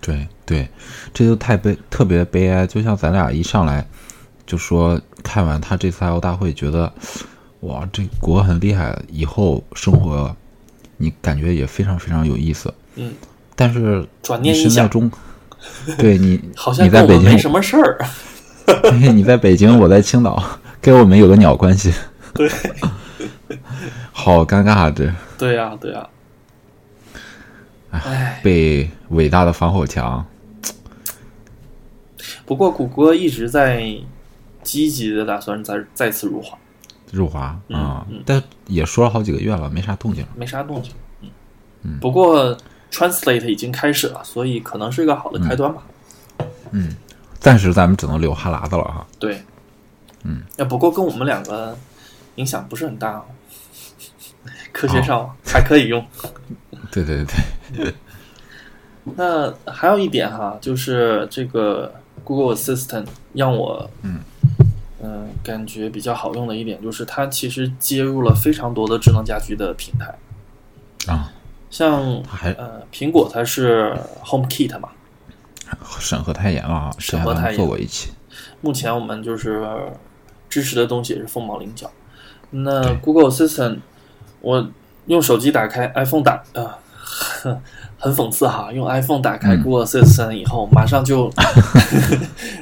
Speaker 1: 对对，这就太悲，特别悲哀。就像咱俩一上来就说看完他这次 I O 大会，觉得哇，这国很厉害，以后生活你感觉也非常非常有意思。
Speaker 2: 嗯，
Speaker 1: 但是
Speaker 2: 转
Speaker 1: 你
Speaker 2: 念一
Speaker 1: 身在
Speaker 2: 想，
Speaker 1: 中，对你
Speaker 2: 好
Speaker 1: 你
Speaker 2: 像
Speaker 1: 在
Speaker 2: 跟我
Speaker 1: 北
Speaker 2: 们没
Speaker 1: 京
Speaker 2: 什，么事儿。
Speaker 1: 对 你在北京，我在青岛，跟我们有个鸟关系。
Speaker 2: 对，
Speaker 1: 好尴尬，啊这
Speaker 2: 对呀、对呀、哎，
Speaker 1: 被伟大的防火墙，
Speaker 2: 不过谷歌一直在积极的打算再再次入华，
Speaker 1: 入华啊、
Speaker 2: 嗯嗯
Speaker 1: 但也说了好几个月了，没啥动静。
Speaker 2: 没啥动静。嗯，不过 Translate 已经开始了，所以可能是一个好的
Speaker 1: 嗯
Speaker 2: 开端吧。
Speaker 1: 暂时咱们只能流哈喇子了啊哈。
Speaker 2: 对，嗯，那不过跟我们两个影响不是很大、哦， 科学上还可以用。
Speaker 1: 对对对对，
Speaker 2: 那还有一点哈，就是这个 Google Assistant 让我
Speaker 1: 嗯
Speaker 2: 嗯感觉比较好用的一点，就是它其实接入了非常多的智能家居的平台，
Speaker 1: 啊、
Speaker 2: 像
Speaker 1: 他还
Speaker 2: 呃苹果它是 HomeKit 嘛，
Speaker 1: 审核太严了啊，之
Speaker 2: 审
Speaker 1: 前
Speaker 2: 核
Speaker 1: 咱
Speaker 2: 太
Speaker 1: 们
Speaker 2: 严
Speaker 1: 做过一期。
Speaker 2: 目前我们就是支持的东西也是凤毛麟角。那
Speaker 1: 对
Speaker 2: Google Assistant，我用手机打开 iPhone 打啊、很很讽刺哈，用 iPhone 打开
Speaker 1: 嗯
Speaker 2: Google Assistant 以后，马 上就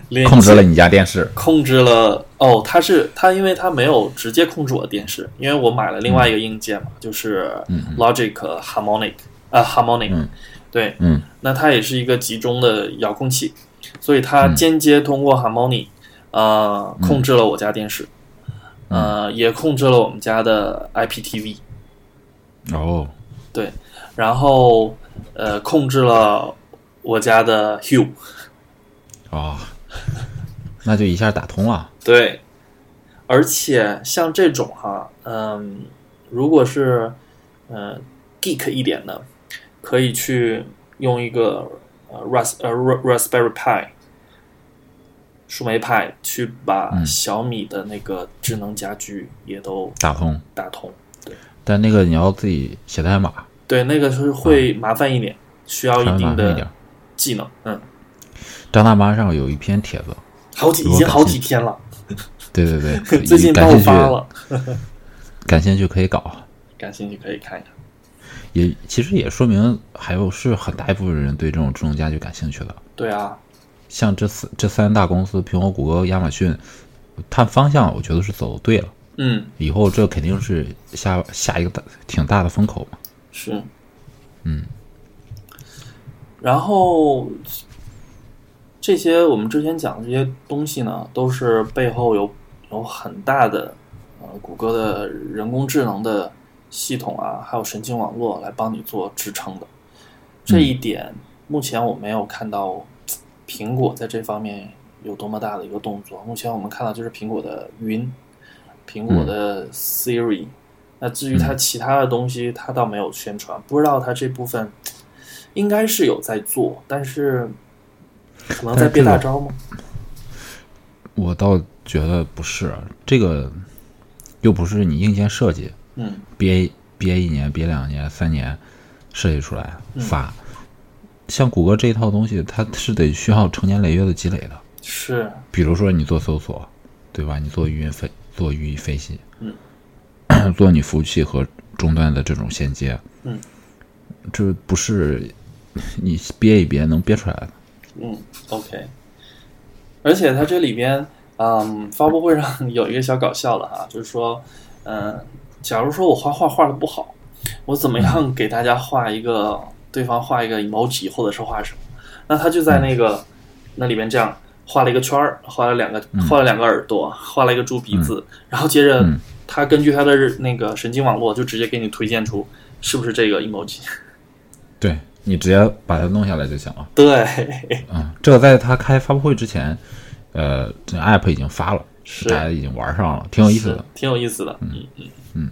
Speaker 2: 连接
Speaker 1: 控制了你家电视。
Speaker 2: 控制了哦，它是它，因为它没有直接控制我的电视，因为我买了另外一个硬件嘛，就是
Speaker 1: 嗯
Speaker 2: Logic Harmonic 啊、Harmonic，、
Speaker 1: 嗯
Speaker 2: 对，
Speaker 1: 嗯
Speaker 2: 那它也是一个集中的遥控器，所以它
Speaker 1: 嗯
Speaker 2: 间接通过 Harmony，、呃，控制了我家电视，
Speaker 1: 嗯
Speaker 2: 呃，也控制了我们家的 IPTV，
Speaker 1: 哦，
Speaker 2: 然后呃，控制了我家的 Hue，
Speaker 1: 哦，那就一下打通了。
Speaker 2: 对，而且像这种哈，嗯，如果是嗯、呃 geek 一点的，可以去用一个呃 ras 呃 Ra- raspberry Pi 树莓派去把
Speaker 1: 嗯
Speaker 2: 小米的那个智能家居也都
Speaker 1: 打通，
Speaker 2: 打通。
Speaker 1: 但那个你要自己写代码，
Speaker 2: 对，那个是会麻烦一点，需要
Speaker 1: 稍微嗯
Speaker 2: 一
Speaker 1: 麻
Speaker 2: 定
Speaker 1: 烦一点
Speaker 2: 的。技能。嗯，
Speaker 1: 张大妈上有一篇帖子，
Speaker 2: 好几已经好几天了，
Speaker 1: 对对对，
Speaker 2: 最近
Speaker 1: 感
Speaker 2: 爆
Speaker 1: 兴趣
Speaker 2: 发了，
Speaker 1: 感兴趣可以搞。
Speaker 2: 感兴趣可以看一看。
Speaker 1: 也其实也说明还有是很大一部分人对这种智能家居感兴趣的，
Speaker 2: 对啊，
Speaker 1: 像这四这三大公司，苹果、谷歌、亚马逊，它方向我觉得是走对了，
Speaker 2: 嗯，
Speaker 1: 以后这肯定是下下一个大挺大的风口嘛。
Speaker 2: 是，
Speaker 1: 嗯，
Speaker 2: 然后这些我们之前讲的这些东西呢，都是背后有有很大的呃谷歌的人工智能的系统啊，还有神经网络来帮你做支撑的。这一点目前我没有看到苹果在这方面有多么大的一个动作。目前我们看到就是苹果的云，苹果的 Siri。那至于它其他的东西，它倒没有宣传，不知道它这部分应该是有在做，但是可能在憋大招吗？
Speaker 1: 我倒觉得不是，这个又不是你硬件设计，
Speaker 2: 嗯
Speaker 1: 憋憋一年、憋两年、三年，设计出来
Speaker 2: 嗯
Speaker 1: 发。像谷歌这一套东西，它是得需要成年累月的积累的。
Speaker 2: 是，
Speaker 1: 比如说你做搜索，对吧？你做语音分，做语义分析，
Speaker 2: 嗯，
Speaker 1: 做你服务器和终端的这种衔接，
Speaker 2: 嗯，
Speaker 1: 这不是你憋一憋能憋出来的。
Speaker 2: 嗯，OK。而且它这里边，嗯，发布会上有一个小搞笑的哈，就是说，嗯、假如说我画画画的不好，我怎么
Speaker 1: 嗯
Speaker 2: 样给大家画一个对方画一个 emoji 或者是画什么？那他就在那
Speaker 1: 嗯
Speaker 2: 个那里边这样画了一个圈儿，画了两个画了两个耳朵，画了一个猪鼻子，然后接着
Speaker 1: 嗯
Speaker 2: 他根据他的那个神经网络就直接给你推荐出是不是这个 emoji。
Speaker 1: 对你直接把它弄下来就行了。
Speaker 2: 对，
Speaker 1: 嗯，这个在它开发布会之前，呃，这 app 已经发了，
Speaker 2: 是
Speaker 1: 大家已经玩上了，挺有意思的
Speaker 2: 是。挺有意思的。嗯嗯
Speaker 1: 嗯。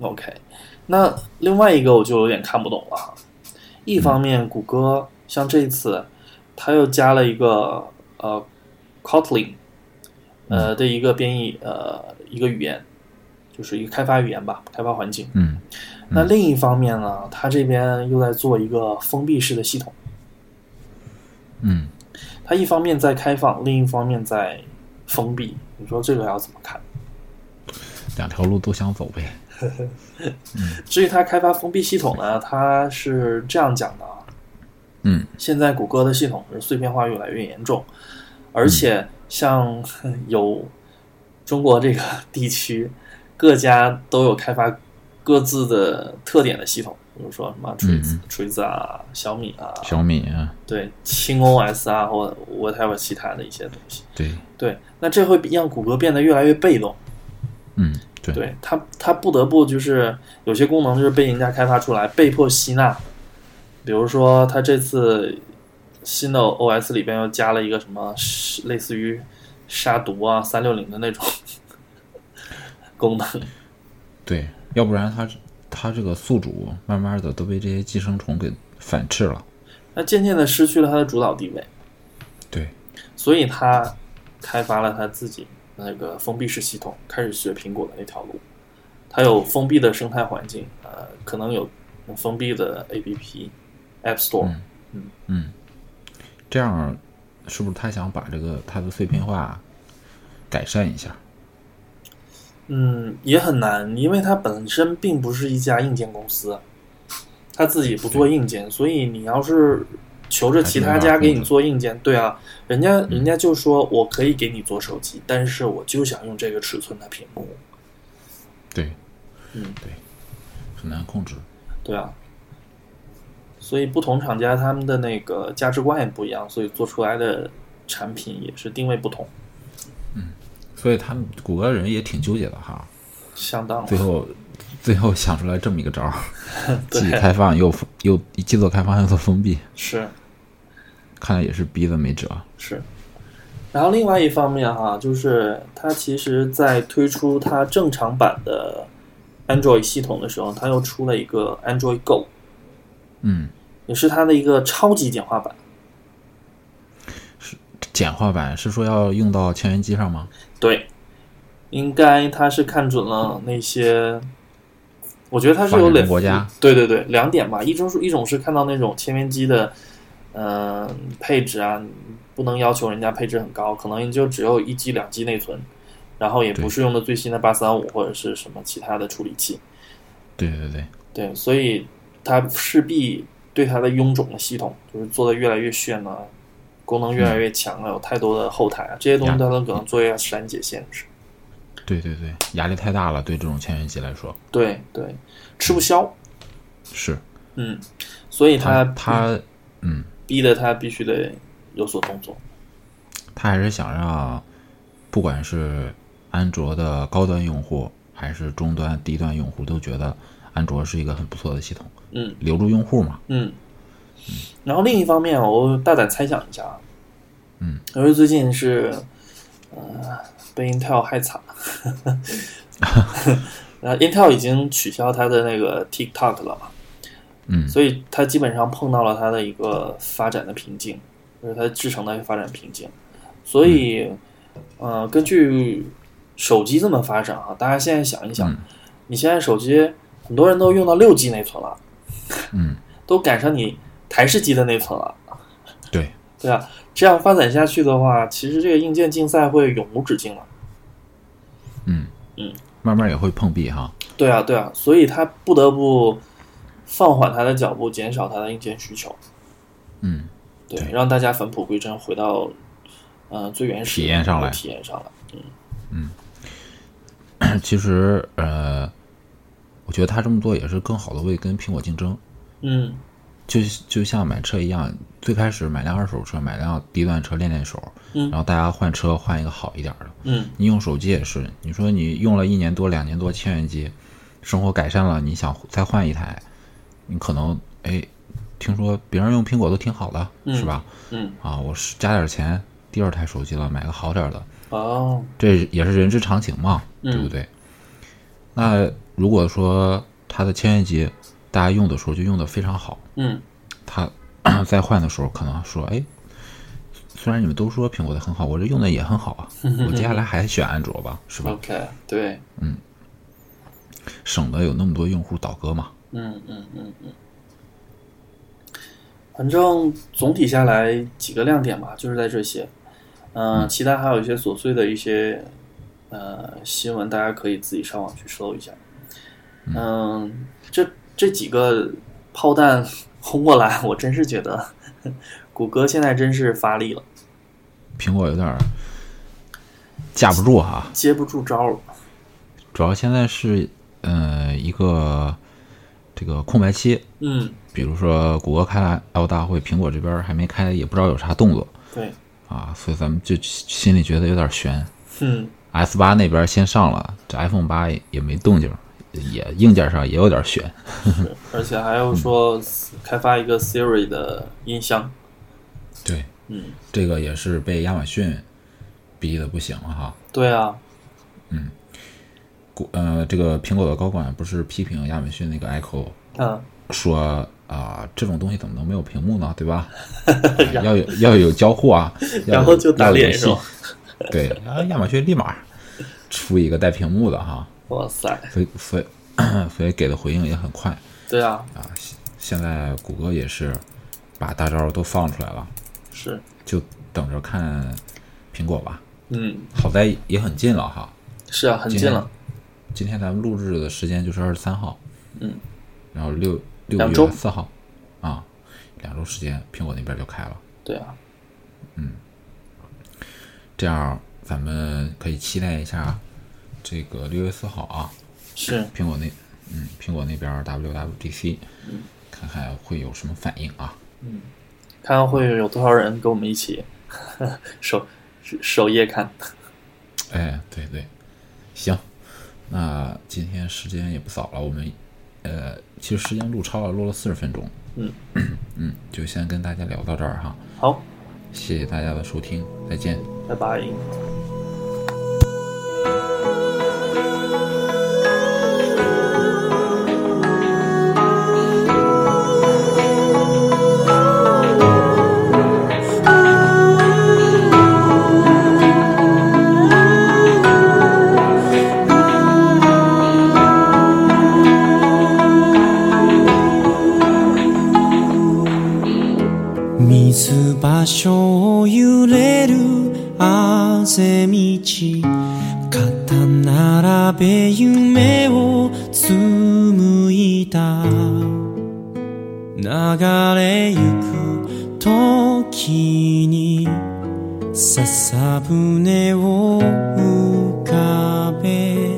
Speaker 2: OK，那另外一个我就有点看不懂了哈。一方
Speaker 1: 嗯
Speaker 2: 面，谷歌像这一次，它又加了一个呃 Kotlin
Speaker 1: 嗯
Speaker 2: 呃的一个编译呃一个语言，就是一个开发语言吧，开发环境。
Speaker 1: 嗯
Speaker 2: 那另一方面呢，它这边又在做一个封闭式的系统。
Speaker 1: 嗯，
Speaker 2: 它一方面在开放，另一方面在封闭。你说这个要怎么看？
Speaker 1: 两条路都想走呗。
Speaker 2: 至于它开发封闭系统呢，它是这样讲的啊。
Speaker 1: 嗯，
Speaker 2: 现在谷歌的系统是碎片化越来越严重，而且像有中国这个 地区，各家都有开发各自的特点的系统，比如说什么锤子
Speaker 1: 嗯、
Speaker 2: 锤子啊、小米啊，
Speaker 1: 小米啊，
Speaker 2: 对，轻 OS 啊，或 whatever 其他的一些东西。
Speaker 1: 对，
Speaker 2: 对，那这会让谷歌变得越来越被动。
Speaker 1: 嗯对，
Speaker 2: 对它，它不得不就是有些功能就是被人家开发出来，被迫吸纳。比如说，它这次新的 OS 里边又加了一个什么是类似于杀毒啊、三六零的那种 功能。
Speaker 1: 对，要不然它它这个宿主慢慢的都被这些寄生虫给反噬了。
Speaker 2: 那渐渐的失去了它的主导地位，
Speaker 1: 对，
Speaker 2: 所以它开发了它自己那个封闭式系统，开始学苹果的那条路。它有封闭的生态环境，呃，可能有封闭的 APP、App Store，、
Speaker 1: 嗯这样是不是他想把这个它的碎片化改善一下？
Speaker 2: 嗯，也很难，因为它本身并不是一家硬件公司，它自己不做硬件，所以你要是求着其他家给你做硬件，对啊，人家
Speaker 1: 嗯
Speaker 2: 人家就说我可以给你做手机，但是我就想用这个尺寸的屏幕，
Speaker 1: 对，
Speaker 2: 嗯，
Speaker 1: 对，很难控制。
Speaker 2: 对啊，所以不同厂家他们的那个价值观也不一样，所以做出来的产品也是定位不同，
Speaker 1: 所以他们谷歌人也挺纠结的哈，
Speaker 2: 相当
Speaker 1: 最后最后想出来这么一个招儿，既
Speaker 2: 对
Speaker 1: 开放又封又既做开放又做封闭，
Speaker 2: 是。
Speaker 1: 看来也是逼得没辙。
Speaker 2: 是。然后另外一方面哈、就是它其实在推出它正常版的 Android 系统的时候，它又出了一个 Android Go，
Speaker 1: 嗯，
Speaker 2: 也是它的一个超级简化版。
Speaker 1: 简化版是说要用到千元机上吗？
Speaker 2: 对，应该它是看准了那些，我觉得它是有
Speaker 1: 发展
Speaker 2: 两
Speaker 1: 中国家，
Speaker 2: 对对对，两点吧。一种是一种是看到那种千元机的，嗯、配置啊，不能要求人家配置很高，可能就只有一 G 两 G 内存，然后也
Speaker 1: 对
Speaker 2: 不是用的最新的八三五或者是什么其他的处理器，
Speaker 1: 对对对，
Speaker 2: 对，所以它势必对它的臃肿的系统就是做的越来越炫了、功能越来越强了，有太多的后台啊，这些东
Speaker 1: 嗯
Speaker 2: 西
Speaker 1: 呀
Speaker 2: 它都可能做一下删节限制。
Speaker 1: 对对对，压力太大了，对这种千元机来说
Speaker 2: 对对，吃不消。
Speaker 1: 是。
Speaker 2: 嗯，所以
Speaker 1: 他
Speaker 2: 他
Speaker 1: 他嗯，
Speaker 2: 逼得他必须得有所动作。
Speaker 1: 他还是想让，不管是安卓的高端用户，还是中端、低端用户，都觉得安卓是一个很不错的系统，
Speaker 2: 嗯
Speaker 1: 留住用户嘛。
Speaker 2: 嗯。然后另一方面，我大胆猜想一下啊，
Speaker 1: 嗯，
Speaker 2: 因为最近是，呃，被 Intel 害惨了，然后 Intel 已经取消它的那个 TikTok 了嘛，
Speaker 1: 嗯
Speaker 2: 所以它基本上碰到了它的一个发展的瓶颈，就是它制成的发展瓶颈。所以，
Speaker 1: 嗯
Speaker 2: 呃，根据手机这么发展啊，大家现在想一想，
Speaker 1: 嗯
Speaker 2: 你现在手机很多人都用到六 G 内存了，
Speaker 1: 嗯，
Speaker 2: 都赶上你台式机的内存了，
Speaker 1: 对，
Speaker 2: 对啊，这样发展下去的话，其实这个硬件竞赛会永无止境了。
Speaker 1: 嗯
Speaker 2: 嗯，
Speaker 1: 慢慢也会碰壁哈。
Speaker 2: 对啊，对啊，所以它不得不放缓它的脚步，减少它的硬件需求。
Speaker 1: 嗯
Speaker 2: 对，
Speaker 1: 对
Speaker 2: 让大家返璞归真，回到呃最原始的
Speaker 1: 体验上来
Speaker 2: 体验上来。嗯
Speaker 1: 其实呃，我觉得他这么做也是更好的为跟苹果竞争。
Speaker 2: 嗯
Speaker 1: 就就像买车一样，最开始买辆二手车，买辆低端车练练手，
Speaker 2: 嗯
Speaker 1: 然后大家换车换一个好一点的。
Speaker 2: 嗯
Speaker 1: 你用手机也是，你说你用了一年多、两年多千元机，生活改善了，你想再换一台，你可能哎，听说别人用苹果都挺好的，
Speaker 2: 嗯
Speaker 1: 是吧？
Speaker 2: 嗯，
Speaker 1: 啊，我是加点钱，第二台手机了，买个好点儿的，
Speaker 2: 哦，
Speaker 1: 这也是人之常情嘛，
Speaker 2: 嗯
Speaker 1: 对不对？那如果说它的千元机，大家用的时候就用的非常好，
Speaker 2: 嗯
Speaker 1: 他 再换的时候，可能说，哎，虽然你们都说苹果的很好，我这用的也很好 啊，我接下来还选安卓吧，是吧？
Speaker 2: ，OK，对，
Speaker 1: 省得有那么多用户倒戈嘛。
Speaker 2: 嗯嗯嗯嗯。反正总体下来几个亮点吧，就是在这些。嗯、其他还有一些琐碎的一些呃新闻，大家可以自己上网去搜一下。嗯、这这几个炮弹 轰过来，我真是觉得 谷歌现在真是发力了，
Speaker 1: 苹果有点儿架不住啊，
Speaker 2: 接不住招了。
Speaker 1: 主要现在是呃一个这个空白期，
Speaker 2: 嗯，
Speaker 1: 比如说谷歌开了 L 大会，苹果这边还没开，也不知道有啥动作
Speaker 2: 对，
Speaker 1: 啊，所以咱们就心里觉得有点悬。
Speaker 2: 嗯
Speaker 1: S 八那边先上了，这 iPhone 八也也没动静，也硬件上也有点悬。
Speaker 2: 是，而且还要说开发一个 Siri 的音箱。
Speaker 1: 对，
Speaker 2: 嗯，
Speaker 1: 这个也是被亚马逊逼的不行了哈。
Speaker 2: 对啊，
Speaker 1: 谷呃，这个苹果的高管不是批评亚马逊那个 Echo
Speaker 2: 嗯。
Speaker 1: 说啊、这种东西怎么能没有屏幕呢？对 吧？啊要有要有交互啊，要有
Speaker 2: 然后就打脸是
Speaker 1: 要有游
Speaker 2: 吧
Speaker 1: 戏？对，然后亚马逊立马出一个带屏幕的哈，
Speaker 2: 哇塞，
Speaker 1: 所以所以 所以给的回应也很快。
Speaker 2: 对啊，
Speaker 1: 现在谷歌也是把大招都放出来了，
Speaker 2: 是，
Speaker 1: 就等着看苹果吧。
Speaker 2: 嗯，
Speaker 1: 好在也很近了哈，
Speaker 2: 是啊，很近了，
Speaker 1: 今天咱们录制的时间就是二十三号，
Speaker 2: 嗯，
Speaker 1: 然后六六
Speaker 2: 两周
Speaker 1: 月四号，啊，两周时间，苹果那边就开了，
Speaker 2: 对啊，
Speaker 1: 这样咱们可以期待一下这个六月四号啊，
Speaker 2: 是，
Speaker 1: 苹果那嗯，苹果那边 WWDC，看看会有什么反应啊。
Speaker 2: 看看会有多少人跟我们一起 守守夜看，
Speaker 1: 哎，对对，行，那今天时间也不早了，我们呃，其实时间录超了，录了四十分钟，
Speaker 2: 嗯
Speaker 1: 嗯，就先跟大家聊到这儿哈，
Speaker 2: 好，
Speaker 1: 谢谢大家的收听，再见。
Speaker 2: 拜拜。
Speaker 3: 水場所を揺れるあぜ道肩並べ夢を紡いだ流れゆく時に笹舟を浮かべ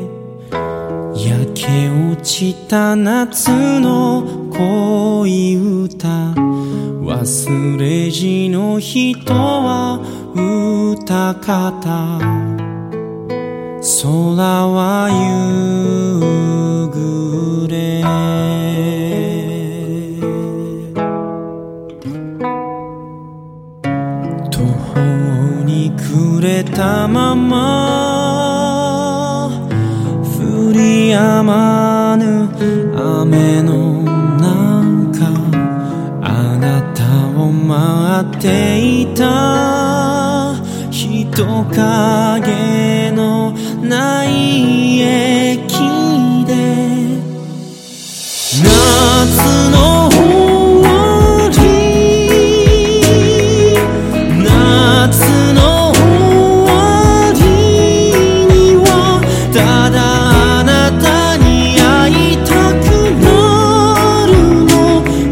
Speaker 3: 焼け落ちた夏の恋歌忘れじの人は歌方空は夕暮れ途方に暮れたまま降り止まぬ雨の中あなたを待っていた人影のない駅で夏の終わり夏の終わりにはただあなたに会いたくなるの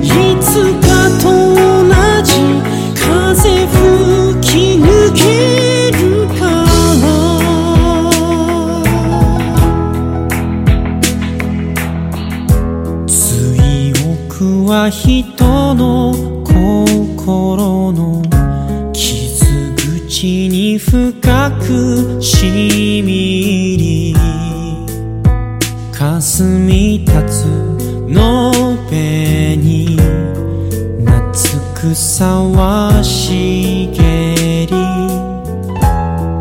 Speaker 3: いつかと同じ風吹き抜けるから追憶は人の心の傷口に深くしみ入り霞み立つのべに夏草は茂り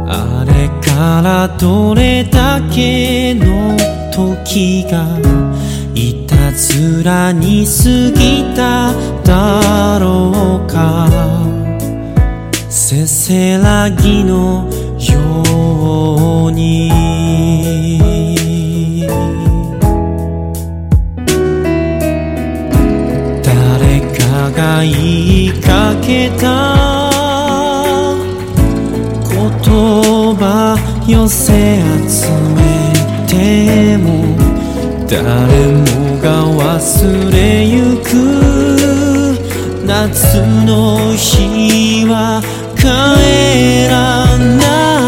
Speaker 3: あれからどれだけの時がいたずらに過ぎただろうかせせらぎのように誰かが言いかけた言葉寄せ集めても誰もが忘れゆく夏の日は帰らない